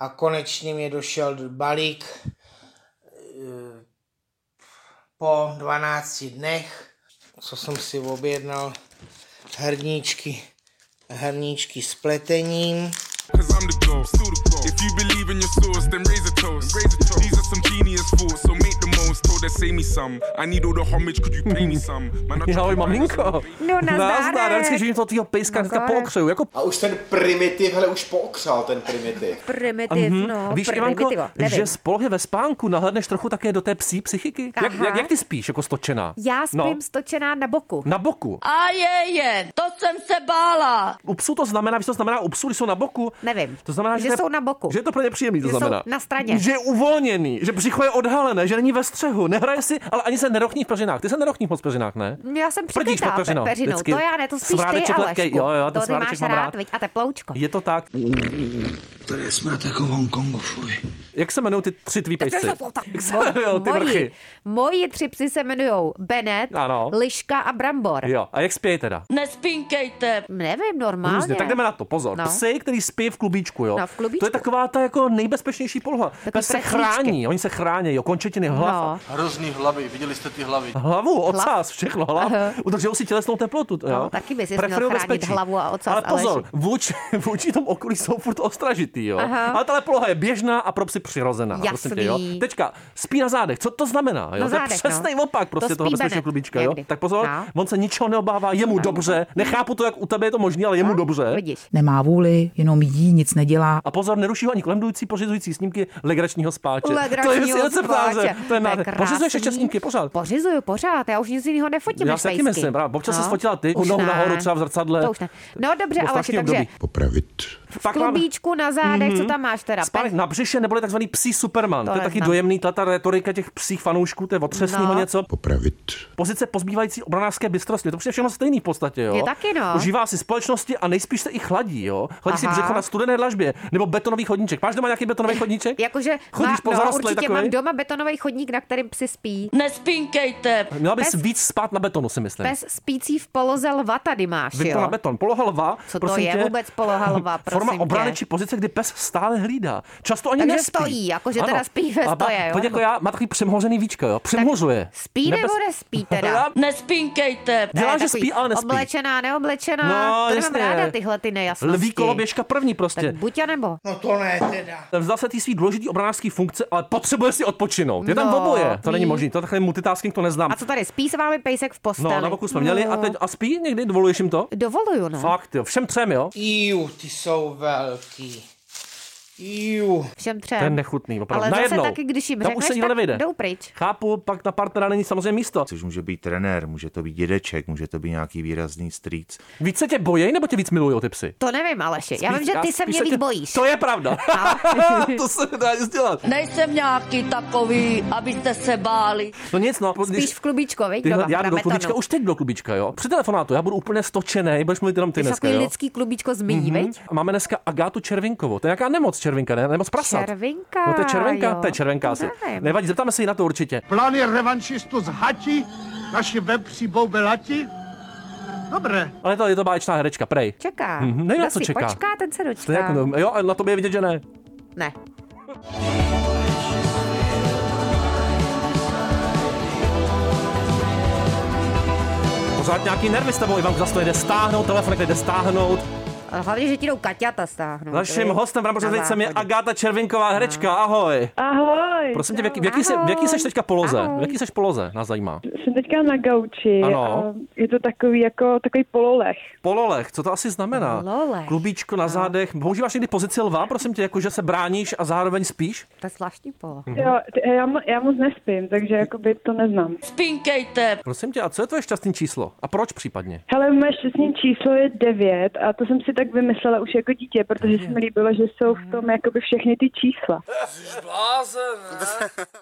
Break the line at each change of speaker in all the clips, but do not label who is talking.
a konečně mě došel balík eh, po 12 dnech, co jsem si objednal herníčky, herníčky s pletením.
Cause I'm the goal. If you believe in your source, then raise a toast. These are some genius thoughts, so make the most. Told her, say me some. I need all the homage, could you pay me some? Man, I tried
Ahoj
to find
maminko.
No, nazdárek.
Nazdar, já vždycky vždycky toho tvýho pejska hnedka
Nazdárek.
pookřeju. Jako
A už ten primitiv, hele, už pookřál ten primitiv.
Primitiv,
Mhm.
no,
A Víš, Ivanko,
primitivo,
že
nevím.
spolohy ve spánku nahlédneš trochu také do té psí psychiky? Jak,
Aha.
jak, jak ty spíš, jako stočená?
Já spím
No,
stočená na boku.
na boku.
A je jen, to jsem se bála.
U psů to znamená, víš, co to znamená u psů, když jsou na boku?
Nevím.
To znamená, že,
Že
to je-
jsou na boku.
Že je to pro ně příjemný, to
Že jsou
znamená.
na straně.
Že je uvolněný, že břicho je odhalené, že není ve střehu, nehraje si, ale ani se nerochní v peřinách. Ty se nerochní moc v peřinách, ne?
Já jsem
Prdíš
přikrytá
pod peřinou,
pe- peřinou.
vždycky.
To já ne, to spíš
Sváry
ty,
čokoládky,
Alešku.
jo, jo, ten
to ty
sváreček
máš
mám
rád,
rád.
viď? A teploučko.
Je to tak.
Tady jsme jako v Hongkongu, fuj.
Jak se jmenují ty tři tvý pejsci? Jak se jmenují ty
Moji,
vrchy?
moji tři psy se jmenují Benet,
Ano.
Liška a Brambor.
Jo, a jak spějí teda?
Nespínkejte.
Nevím, normálně.
Různě. Tak jdeme na to, pozor. No.
No.
Psy, který spí v klubíčku, jo.
No, v klubíčku.
To je taková ta jako nejbezpečnější poloha. Pes se
prachlíčky.
chrání, oni se chrání, jo, končetiny
No.
hlav.
Hrozný hlavy, viděli jste ty hlavy.
No. Hlavu, ocas, všechno, hlav.
Aha.
Udržují si tělesnou teplotu. Jo?
No, taky bys si měl
Preferují
chránit hlavu a ocas,
Ale pozor,
Aleši.
vůči, vůči tomu okolí jsou furt ostražitý, jo.
Aha.
Ale tahle poloha je běžná a pro psy přirozená. Prosím tě, jo.
Jasný.
Teďka, spí na zádech, co to znamená? Jo?
Na
to je
zádech,
přesný
no.
opak prostě
To
toho
spí
bezpečného
Benet
klubíčka, jo.
někdy.
Tak pozor,
No.
on se ničeho neobává, je mu dobře. Nechápu to, jak u tebe je to možné, ale je
No.
mu dobře.
Vidíš.
Nemá vůli, jenom jí, nic nedělá.
A pozor, neruší ho ani kolendující pořizující snímky legračního spáče. to je
Legračního
vlastně receptáře.
spáče.
To je
krásný.
nádher. Pořizuješ ještě snímky pořád.
Pořizuju pořád, já už nic jiného nefotím.
Já
než
si taky
pejsky. No,
myslím, právě. Občas se fotila ty, nohu nahoru třeba v zrcadle.
To už ne. No dobře,
Bylo
ale
strašný
takže
období.
Popravit.
v
Pak mám Mhm.
klubíčku na zádech, co tam máš teda?
spánek na břiše neboli takzvaný psí superman. To, je taky
neznám.
dojemný, tahle ta retorika těch psích fanoušků, to je otřesného
No.
něco.
Popravit.
Pozice pozbývající obranářské bystrosti, to je všechno stejný v podstatě, jo.
Je taky, no.
Užívá si společnosti a nejspíš se i chladí, jo. Chladí si
Aha.
břicho na studené dlažbě nebo betonový chodníček. Máš doma nějaký betonový chodníček?
Jakože
Chodíš po
má, no,
zarostlej
určitě
takovej?
mám doma betonový chodník, na kterým psi spí.
Nespínkejte.
Měla bys
Pes-
víc spát na betonu, si myslím.
Pes spící v poloze lva tady máš,
Vypla na
jo?
beton. Poloha lva.
Co to
prosím
je
tě,
vůbec poloha lva, prosím
Forma obrany
tě?
či pozice, kdy pes stále hlídá. Často ani
Takže
nespí.
stojí, jako že teda spí ve
A ba-
stoje, jo?
To jako já, má takový přemhořený víčka, jo. Přemhořuje.
Spí nebo nespí teda?
Já-
Nespínkejte.
To je
Dělá, že
takový
spí, ale nespí.
Oblečená, neoblečená,
No,
to
jasně.
nemám ráda tyhle ty nejasnosti.
Lví koloběžka první
Tak
prostě.
buď a nebo.
No to ne teda.
Vzdal se ty svý důležitý obranářský funkce, ale potřebuje si odpočinout. Je tam
No,
oboje. To není
ví.
možné, to takhle multitasking to neznám.
A co tady, spí s vámi pejsek v posteli?
No, na boku jsme měli a teď a spí někdy, dovoluješ jim to?
Dovoluju, no.
Fakt, jo. Všem třem, jo.
Iu, ty jsou velký. Iu.
Všem třem.
To je nechutný, opravdu.
Ale
Najednou.
zase taky, když jim
Tam už
řekneš,
se nikdo
tak
nevyjde.
jdou pryč.
Chápu, pak na partnera není samozřejmě místo.
Což může být trenér, může to být dědeček, může to být nějaký výrazný strýc.
Víc se tě bojí, nebo tě víc milují ty psy?
To nevím, Aleši. Já vím, že ty se
spíš
mě víc bojíš.
To je pravda.
No.
to se nedá nic dělat.
Nejsem nějaký takový, abyste se báli.
No nic, no.
Spíš v klubičku, viď?
tyhle,
doma,
já
na
do klubička,
betonu.
už teď do klubička, jo. Při telefonátu, já budu úplně stočený, budeš mluvit jenom ty
Jsi
dneska,
takový
jo. Mhm. Hm?
lidský klubičko z myní, viď?
A máme dneska Agátu Červinkovou. To je nějaká nemoc Červinka, ne? Nemoc prasat.
Červinka,
No to je Červenka,
jo.
to je Červenka
To
asi.
nevím.
Nevadí, zeptáme se jí na to určitě.
Plány revanšistu z Hati, naši vepří boubelati. Dobré.
Ale to je to báječná herečka, prej.
Čeká.
Mhm, nevím,
Kdo
na co
si
čeká.
Počká, ten se
To je
dočká.
jako, no, jo, ale na tobě je vidět, že ne.
Ne.
Pořád nějaký nervy s tebou, Ivanku, zase to jde stáhnout, telefon jde stáhnout.
Ale hlavně, že ti jdou Kaťata stáhnout.
Naším
viď?
hostem v Bramboře
Na
Tejcem je
záchodě.
Agáta Červinková, herečka, ahoj.
Ahoj,
Prosím tě, v jaký, v jaký, jsi, v jaký seš teďka poloze?
Ahoj.
V jaký seš poloze, nás zajímá.
jsem teďka na gauči
Ano.
a je to takový jako takový pololech.
Pololech, co to asi znamená?
Pololech. No.
Klubíčko na zádech. Používáš někdy pozici lva, prosím tě, jako že se bráníš a zároveň spíš?
To je zvláštní polo.
Mhm.
Jo, t- já, mo- já moc nespím, takže jakoby to neznám.
Spínkejte.
Prosím tě, a co je tvoje šťastný číslo? A proč případně?
Hele, moje šťastný číslo je 9 a to jsem si tak vymyslela už jako dítě, protože se mi líbilo, že jsou v tom jakoby všechny ty čísla.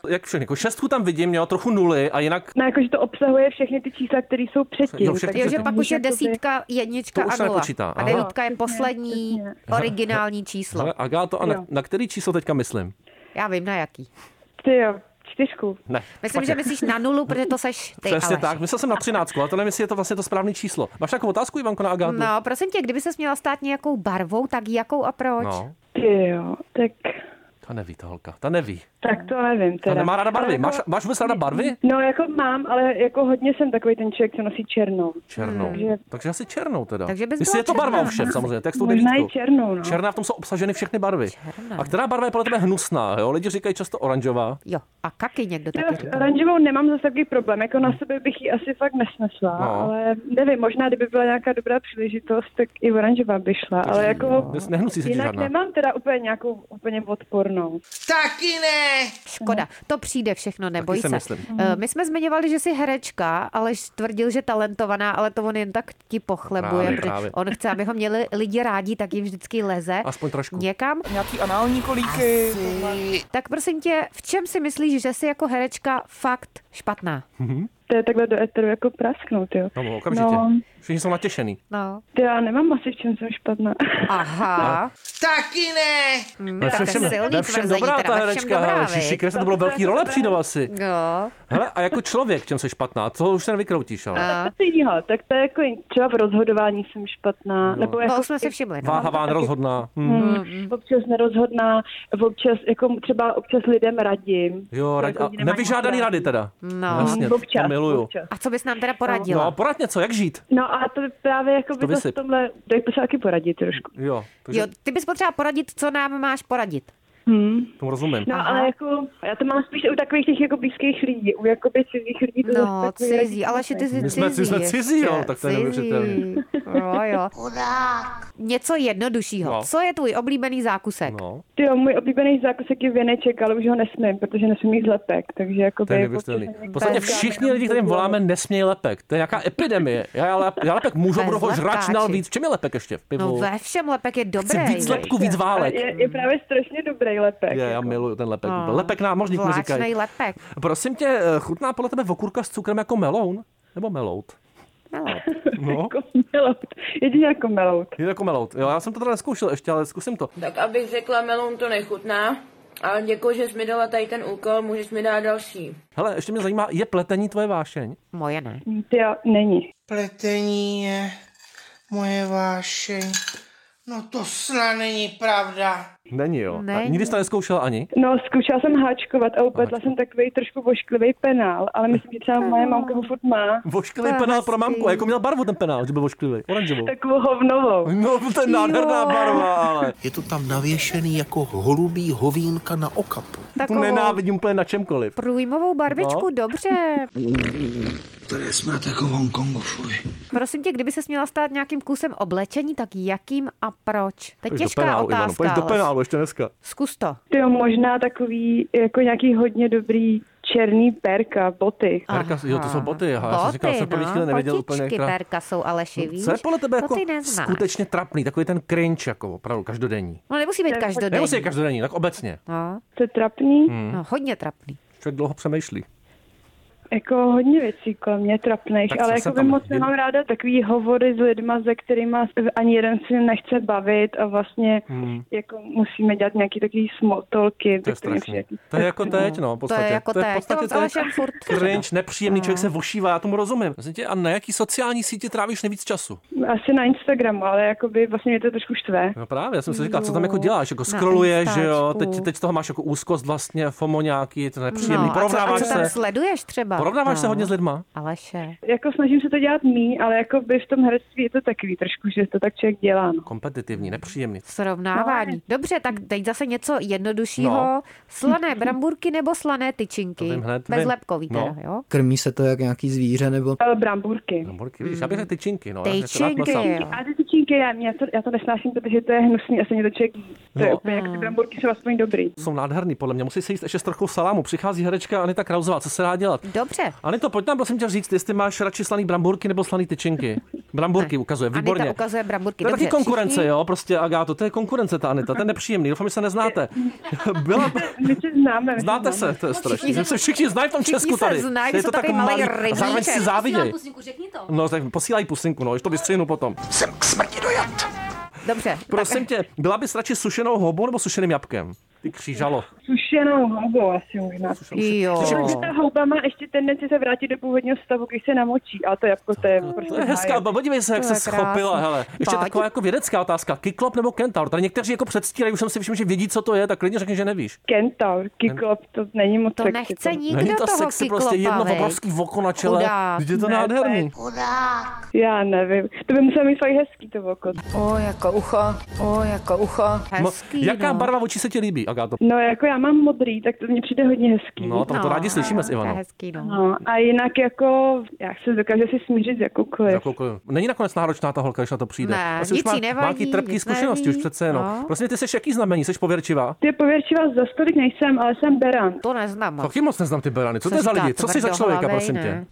Jak všechny? Jako šestku tam vidím, jo, trochu nuly a jinak
No jakože to obsahuje všechny ty čísla, které jsou předtím.
Jo, všechny
takže
Jo, že
to
pak
můžu
už je
jakoby-
desítka, jednička
To už
a
se
nula.
nepočítá,
A
aha.
devítka je poslední originální číslo.
Ale Agáto, a na,
Jo.
na který číslo teďka myslím?
Já vím na jaký.
Ty jo, čtyřku.
Ne.
Myslím,
špatně.
že myslíš na nulu, protože to seš ty,
Přesně
Aleš.
tak, myslel jsem na třináctku, ale to nevím, jestli je to vlastně to správné číslo. Máš takovou otázku, Ivanko, na Agátu?
No, prosím tě, kdyby se měla stát nějakou barvou, tak jakou a proč?
no.
Ty jo, tak
Ta neví, ta holka. Ta neví.
Tak to nevím
Ta
teda.
nemá ráda
Ale
barvy.
jako-
Máš, máš vůbec ráda barvy?
No jako mám, ale jako hodně jsem takový ten člověk, co nosí černou.
Černou.
Takže
Takže asi černou teda.
Takže bys
Jestli
byla
je to barva
černá.
všem samozřejmě, tak s tou
možná i
devítkou.
černou, no.
Černá v tom jsou obsaženy všechny barvy. Černá. A která barva je podle tebe hnusná? Jo? Lidi říkají často oranžová.
Jo, a kaky někdo
Já s oranžovou nemám zase takový problém, jako na sebe bych ji asi fakt nesnesla,
No.
ale nevím, možná kdyby byla nějaká dobrá příležitost, tak i oranžová by šla, ale jako
Nes- Nehnusí se ti
jinak
žádná.
nemám teda úplně nějakou úplně odpornou.
Taky ne!
Škoda, to přijde všechno, neboj
Mhm. si
se.
myslím.
Eh, My jsme zmiňovali, že jsi herečka, ale tvrdil, že talentovaná, ale to on jen tak ti pochlebuje.
Právě,
protože
právě.
On chce, abychom měli lidi rádi, tak jim vždycky leze.
Aspoň trošku.
Někam.
Nějaký anální kolíky.
Tak prosím tě, v čem si myslíš, že jsi jako herečka fakt špatná?
To je takhle do eteru jako prasknout, jo.
No, okamžitě.
No.
Všichni jsou natěšený.
No.
Ty já nemám asi v čem jsem špatná.
Aha.
Taky ne!
Ve všem, ve všem dobrá ta herečka. Ježiši, Krista, to bylo velký role přijde asi.
Jo.
Hele, a jako člověk, v čem se špatná, to už se nevykroutíš, ale.
A. To je jiného, tak to je jako třeba v rozhodování jsem špatná. No. Nebo jako
jsme si všimli.
Váhaván, rozhodná. Hmm.
Hmm, občas nerozhodná, občas, jako třeba občas lidem radím. Jako
Jo, rad, a
lidi nemají
nevyžádaný
moc
rady teda.
No.
Jasně,
Občas,
to miluju.
občas.
A co bys nám teda
No,
poradila?
porad něco, jak žít?
No a to by právě jako
To
by to
vysyp.
v tomhle, tak to se taky poradit trošku.
Jo, takže
Jo, ty bys potřeba poradit, co nám máš poradit.
Hmm.
tomu rozumím.
No ale jako, já to mám spíš u takových těch jako blízkých lidí, u jakoby cizích lidí. to zase
No,
takový
cizí,
radit
ale že ty jsi
My jsme- my
cizí.
jsme cizí, jo,
ještě.
tak to je
Cizí.
neuvěřitelný.
Jo, jo. Něco jednoduššího.
No.
Co je tvůj oblíbený zákusek?
No.
Ty jo, můj oblíbený zákusek je věneček, ale už ho nesmím, protože nesmím jít lepek, takže jako
To je neuvěřitelný. V podstatě všichni lidi, kterým voláme, nesmějí lepek. To je nějaká epidemie. Já, já, lep- já lepek můžu,
Bez
budu ho žrač
lepkáči.
dál víc. V čem je lepek ještě? V
No
pivu?
ve všem lepek je dobrý.
Chci víc lepku, víc válek.
Je, je právě strašně dobrý lepek. jako
Je, já miluju ten lepek. Lepek námořník mi
No. Vláčnej
říkají.
lepek.
Prosím tě, eh, chutná podle tebe vokurka s cukrem jako meloun? Nebo melout? No,
Jako melout. Jedině jako melout.
je jako melout. Jo, já jsem to teda neskoušel ještě, ale zkusím to.
Tak abych řekla, melon to nechutná, ale děkuji, že jsi mi dala tady ten úkol, můžeš mi dát další.
Hele, ještě mě zajímá, je pletení tvoje vášeň?
Moje ne.
Ty jo, není.
Pletení je moje vášeň. No to snad není pravda.
Není, jo. A
Není.
nikdy jsi to neskoušel ani?
No, zkoušela jsem háčkovat a upletla jsem takový trošku vošklivý penál, ale myslím, že třeba moje mamka ho furt má.
Vošklivý penál pro mamku. A jako měl barvu ten penál, že byl vošklivý? Oranžovou.
Takovou hovnovou.
No, to je nádherná barva, ale. jako-
Je to tam navěšený jako holubí hovínka na okapu.
Tu
Takovou
nenávidím No. úplně na čemkoliv.
průjmovou barvičku, dobře.
Tady smrt jako v Hongkongu, fuj.
Prosím tě, kdyby se měla stát nějakým kusem oblečení, tak jakým a proč? To je
Pojď do
těžká
penálu, Ivano,
otázka.
pojď do
ale
penálu ještě dneska.
Zkus to.
Ty jo, možná takový, jako nějaký hodně dobrý černý perka, boty.
Perka, jo, to jsou boty. Aha, já jsem
Boty, no,
říkal, jsem první chvíli nevěděl úplně.
potičky
která-
perka jsou ale šivý.
Co je podle tebe
to
jako
ty neznáš.
skutečně trapný, takový ten cringe, jako opravdu každodenní?
No nemusí být každodenní.
Nemusí je každodenní, tak obecně.
No.
To je trapný.
Hmm.
No, hodně trapný.
Člověk dlouho přemýšlí.
Jako hodně věcí kolem mě trapných,
Tak co
ale
se
jako by
tam
moc
děje?
nemám ráda takový hovory s lidma, se kterými ani jeden si nechce bavit a vlastně
Hmm.
jako musíme dělat nějaký takový smoltolky.
To je strašný. To je jako teď, no, v podstatě.
To je jako
v
teď,
podstatě
to No.
to je
ale všem furt.
cringe, nepříjemný, člověk se vošívá, já tomu rozumím. Prosím tě, a na jaký sociální síti trávíš nejvíc času?
Asi na Instagramu, ale jako by vlastně mě to trošku štve.
No právě, já jsem si říkal, co tam jako děláš, jako
na
scrolluješ, že jo,
Instačku.
teď, teď toho máš jako úzkost vlastně, FOMO nějaký, to nepříjemný,
no, a co, a
porovnáváš
co tam
se.
sleduješ třeba?
Porovnáváš
no.
se hodně s lidma?
Aleše.
Jako snažím se to dělat mí, ale jako by v tom herectví je to takový trošku, že to tak člověk dělá. No.
Kompetitivní, nepříjemný.
Srovnávání. Dobře,
Hmm.
tak teď zase něco jednoduššího.
No.
Slané bramburky nebo slané tyčinky?
To vím hned, vím.
Bezlepkový teda,
No.
jo?
Krmí se to jak nějaký zvíře, nebo...
Ale bramburky.
Morky, vidíš, No, já bych řekl tyčinky, no. já bych rád
Tyčinky,
klesal.
a ty tyčinky, já, já, to, já to nesnáším, protože to je hnusný, asi mě to člověk jí. To je
No.
úplně, jako ty bramburky jsou aspoň dobrý.
Jsou nádherný, podle mě. Musí se jíst ještě s trochou salámu. Přichází herečka Anita Krauzová, co se dá dělat?
Dobře.
Anito, pojď nám prosím tě říct, jestli máš radši slaný bramburky nebo slaný tyčinky. Bramburky ukazuje, výborně.
Anita ukazuje bramburky.
To je
dobře,
taky konkurence,
všichni?
jo, prostě Agáto, to je konkurence ta Anita, to je nepříjemný, doufám, že se neznáte. Byla,
My se známe. my
znáte
známe.
se, to je strašný,
všichni
že
se-
se všichni znají v tom
všichni
Česku
se
tady.
znají,
je
jsou
to
takový
takový
malej
malý, a zároveň si
rybníček.
záviděj.
řekni to.
No, tak posílají pusinku, no, když to vystřihnu potom.
Dobře.
Prosím tě, byla bys radši sušenou hobou nebo sušeným jabkem? Ty křížalo.
Sušenou houbou asi možná.
Jo.
Protože ta houba má ještě tendenci se vrátit do původního stavu, když se namočí. A to jabko to je prostě
To je hezká,
hájek.
ba- podívej se, jak
To
se
je
schopila,
krásný.
hele. Ještě
Pádi.
taková jako vědecká otázka. Kyklop nebo kentaur? Tady někteří jako předstírají, už jsem si všiml, že vědí, co to je, tak klidně řekni, že nevíš.
Kentaur, kyklop, to není moc
To
sexy,
nechce
to-
nikdo Není to toho sexy,
prostě kyklopa, jedno veď. obrovský voko na čele. Chudák. Vždyť je to
Ne,
nádherný.
je Chudák. Já nevím, to by muselo mít fakt hezký to oko.
O, jako ucho, o, jako ucho.
Mo-
no.
jaká barva očí se ti líbí, Agáto?
No, jako já mám modrý, tak to mně přijde hodně hezký.
No, tam to rádi slyšíme s Ivanou.
hezký, no.
No, a jinak jako, já se dokážu si smířit s jakoukoliv.
Jakoukoliv. Není nakonec náročná ta holka, když na to přijde.
Ne,
Asi už
nic
má,
jí nevadí,
má jaký trpký
nic
zkušenosti
neví.
už přece jenom.
No.
Prostě ty jsi jaký znamení, jsi pověrčivá?
Ty pověrčivá za stolik nejsem, ale jsem beran.
To neznám.
Taky moc neznám ty berany. Co,
No. Co
to je za
říká,
lidi? Co jsi za člověka,
tvrdohlavej,
prosím
ne?
tě?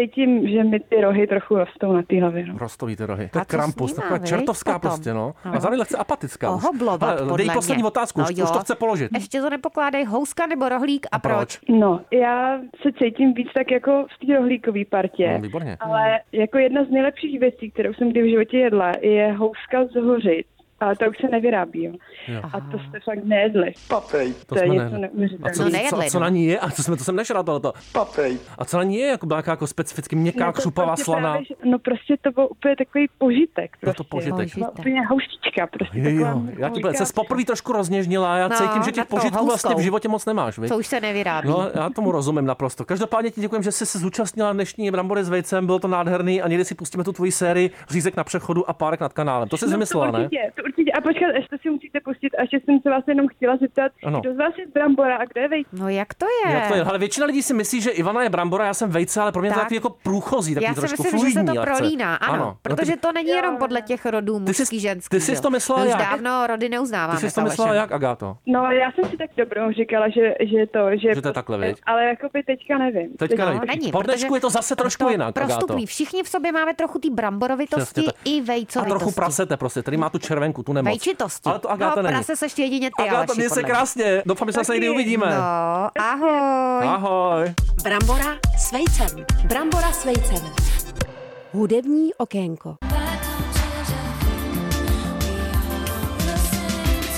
Cítím, že mi ty rohy trochu rostou na té hlavě. No.
Rostový ty rohy. To
A
je
co s
krampus,
nima,
taková
viď,
čertovská
potom?
prostě, no.
No.
A zároveň lehce apatická. už.
Ohoblovat,
Ale
podle
Dej
mě.
poslední otázku,
No
už,
jo.
už to chce položit.
Ještě to nepokládej, houska nebo rohlík a, proč?
No, já se cítím víc tak jako v té rohlíkové partě.
No, výborně.
Ale
Hmm.
jako jedna z nejlepších věcí, kterou jsem kdy v životě jedla, je houska z hořic. Ale to už se nevyrábí. Jo. A to jste fakt nejedli. Papej. To, je něco
A co,
neuvěřitelného.
co, co, na ní je? A co jsme, to jsem nešel ale to. Papej. A co na ní je? Jako byla nějaká jako specificky měkká,
No to
křupavá,
prostě
slaná.
právě, že- no prostě to byl úplně takový požitek. Prostě.
to požitek.
Byla Úplně houštička prostě.
Jo,
taková
já ti
houška.
bude, se poprvé trošku rozněžnila, já
No,
no, cítím, že
na
těch
to
požitků vlastně v
houskou.
životě moc nemáš, viď?
Co už se nevyrábí.
No, já tomu rozumím naprosto. Každopádně ti děkujem, že jsi se zúčastnila dnešní brambory s vejcem, bylo to nádherný a někdy si pustíme tu tvoji sérii Řízek na přechodu a párek nad kanálem.
No,
To jsi vymyslela,
No, to
ne?
určitě, To určitě. A počkat, ještě si musíte pustit, až jsem se vás jenom chtěla zeptat,
Ano.
kdo z vás je z Brambora a kde je vejc?
No jak to
Jak to je? Ale většina lidí si myslí, že Ivana je brambora, já jsem vejce, ale pro mě je to
Tak.
takový jako průchozí, takový
Já si
trošku
myslím, že se to
fluidní akce.
prolíná, ano, ano
No, ty-
protože to není jenom podle těch rodů mužský, ženský.
ty jsi
jo.
to myslela
Už
jak?
dávno rody neuznáváme.
Ty jsi
s
to myslela
Alešem.
jak, Agáto?
No, já jsem si tak dobrou říkala, že, že to, že... prostě-
Že to je takhle, viď?
Ale jakoby teďka nevím.
Teďka nevím. Po dnešku
No, protože
je to zase trošku
to
jinak,
Prostupný.
Agáto.
Všichni v sobě máme trochu té bramborovitosti
Přesně tak.
i
A
vejcovitosti.
trochu prasete prostě, tady má tu červenku, tu nemoc.
Vejčitosti.
Ale to Agáta
no,
není.
prase seš jedině ty,
Agáto,
Aleši,
měj se
podle mě.
krásně. Doufám, že se zase někdy uvidíme.
No, ahoj.
Ahoj.
Brambora s vejcem. Brambora s vejcem. Hudební okénko.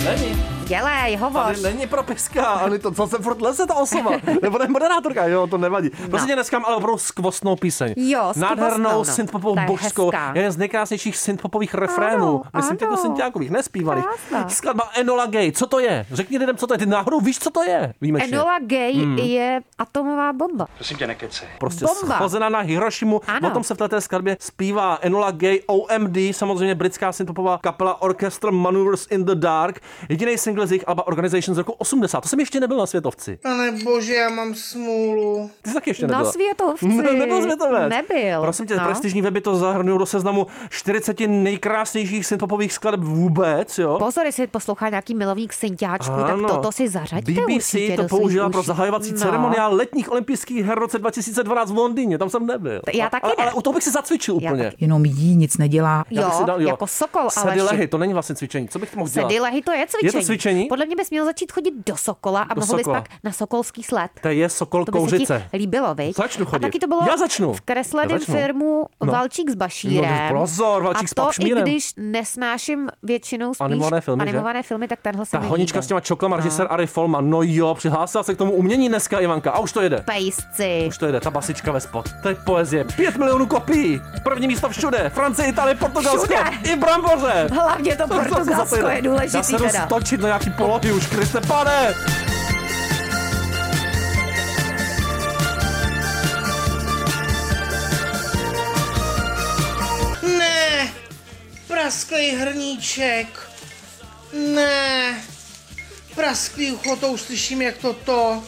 Není.
Dělej, hovoř.
Tady není propiska, ale to co se furt leze ta osoba. Nebo ne moderátorka, jo, to nevadí. Prostě no. dneska mám ale opravdu skvostnou píseň.
Jo, skvostnou,
Nádhernou
no.
synthpopovou
Ta je
božskou.
hezká.
Jeden z nejkrásnějších synthpopových refrénů.
Ano,
Myslím těch
ano.
syntiákových, nespívaných.
Krásná.
Skladba Enola Gay, co to je? Řekni lidem, co to je. Ty náhodou víš, co to je? Výjimečně.
Enola Gay
Hmm.
je atomová bomba.
Prosím tě, nekece. Prostě
Bomba.
schozená na Hirošimu.
Ano.
O tom se v této skladbě zpívá Enola Gay OMD, samozřejmě britská synthpopová kapela Orchestra Maneuvers in the Dark. Jediný single z jejich alba Organization z roku 80. To jsem ještě nebyl na světovci.
Pane bože, No já mám smůlu.
Ty jsi taky ještě
Na
nebyla.
světovci.
Ne, nebyl světovec.
Nebyl,
Prosím tě,
no.
prestižní weby to zahrnují do seznamu 40 nejkrásnějších synthpopových skladeb vůbec, jo?
Pozor, jestli poslouchá nějaký milovník synťáčku, tak
Ano.
toto si zařaďte
BBC
určitě
to
do svých
použila pro
uší.
zahajovací
No.
ceremoniál letních olympijských her v roce 2012 v Londýně, tam jsem nebyl.
Já taky
ale,
ne.
ale u toho bych si zacvičil úplně.
Jenom jí nic nedělá.
Já bych si dal, jo.
jako sokol,
Sedy
Aleši.
lehy, to není vlastně cvičení. Co bych mohl dělat?
Sedy lehy, to je cvičení.
Je to cvičení?
Podle mě bys měl začít chodit do Sokola a
Do
mohl bys
Sokola.
pak na Sokolský sled.
To je sokol
To by se ti
kouřice.
líbilo, viď?
Začnu
A
chodit.
taky to bylo
Já začnu.
v kresleném
Já začnu.
firmu
No.
Valčík s Bašírem.
No, pozor, Valčík
a
s
to i
Pakšmírem.
když nesnáším většinou spíš
Animované filmy, že?
animované filmy tak tenhle se
Ta
mi
honička
líbil.
s těma čoklama, režisér Ari Folman. No jo, přihlásila se k tomu umění dneska Ivanka. A už to jede.
Pejsci.
Už to jede, ta basička ve spod. To je poezie. Pět milionů kopií. První místo všude. Francie, Itálie, Portugalsko.
Všude.
I bramboře.
Hlavně to
co zase
Portugalsko
jede?
je důležitý
Já se jdu
teda.
stočit do nějaký polohy už, Kriste, pane.
Ne, prasklý hrníček. Ne, prasklý ucho, to už slyším, jak to to.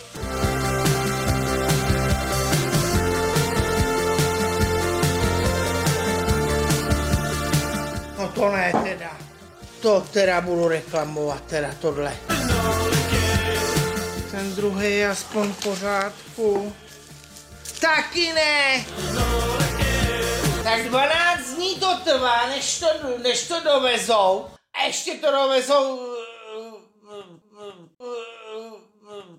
No to ne teda. To teda budu reklamovat, teda tohle. Ten druhý je aspoň v pořádku. Taky ne! Tak 12 dní to trvá, než to, než to dovezou. A ještě to dovezou... eh, eh, eh, eh, eh,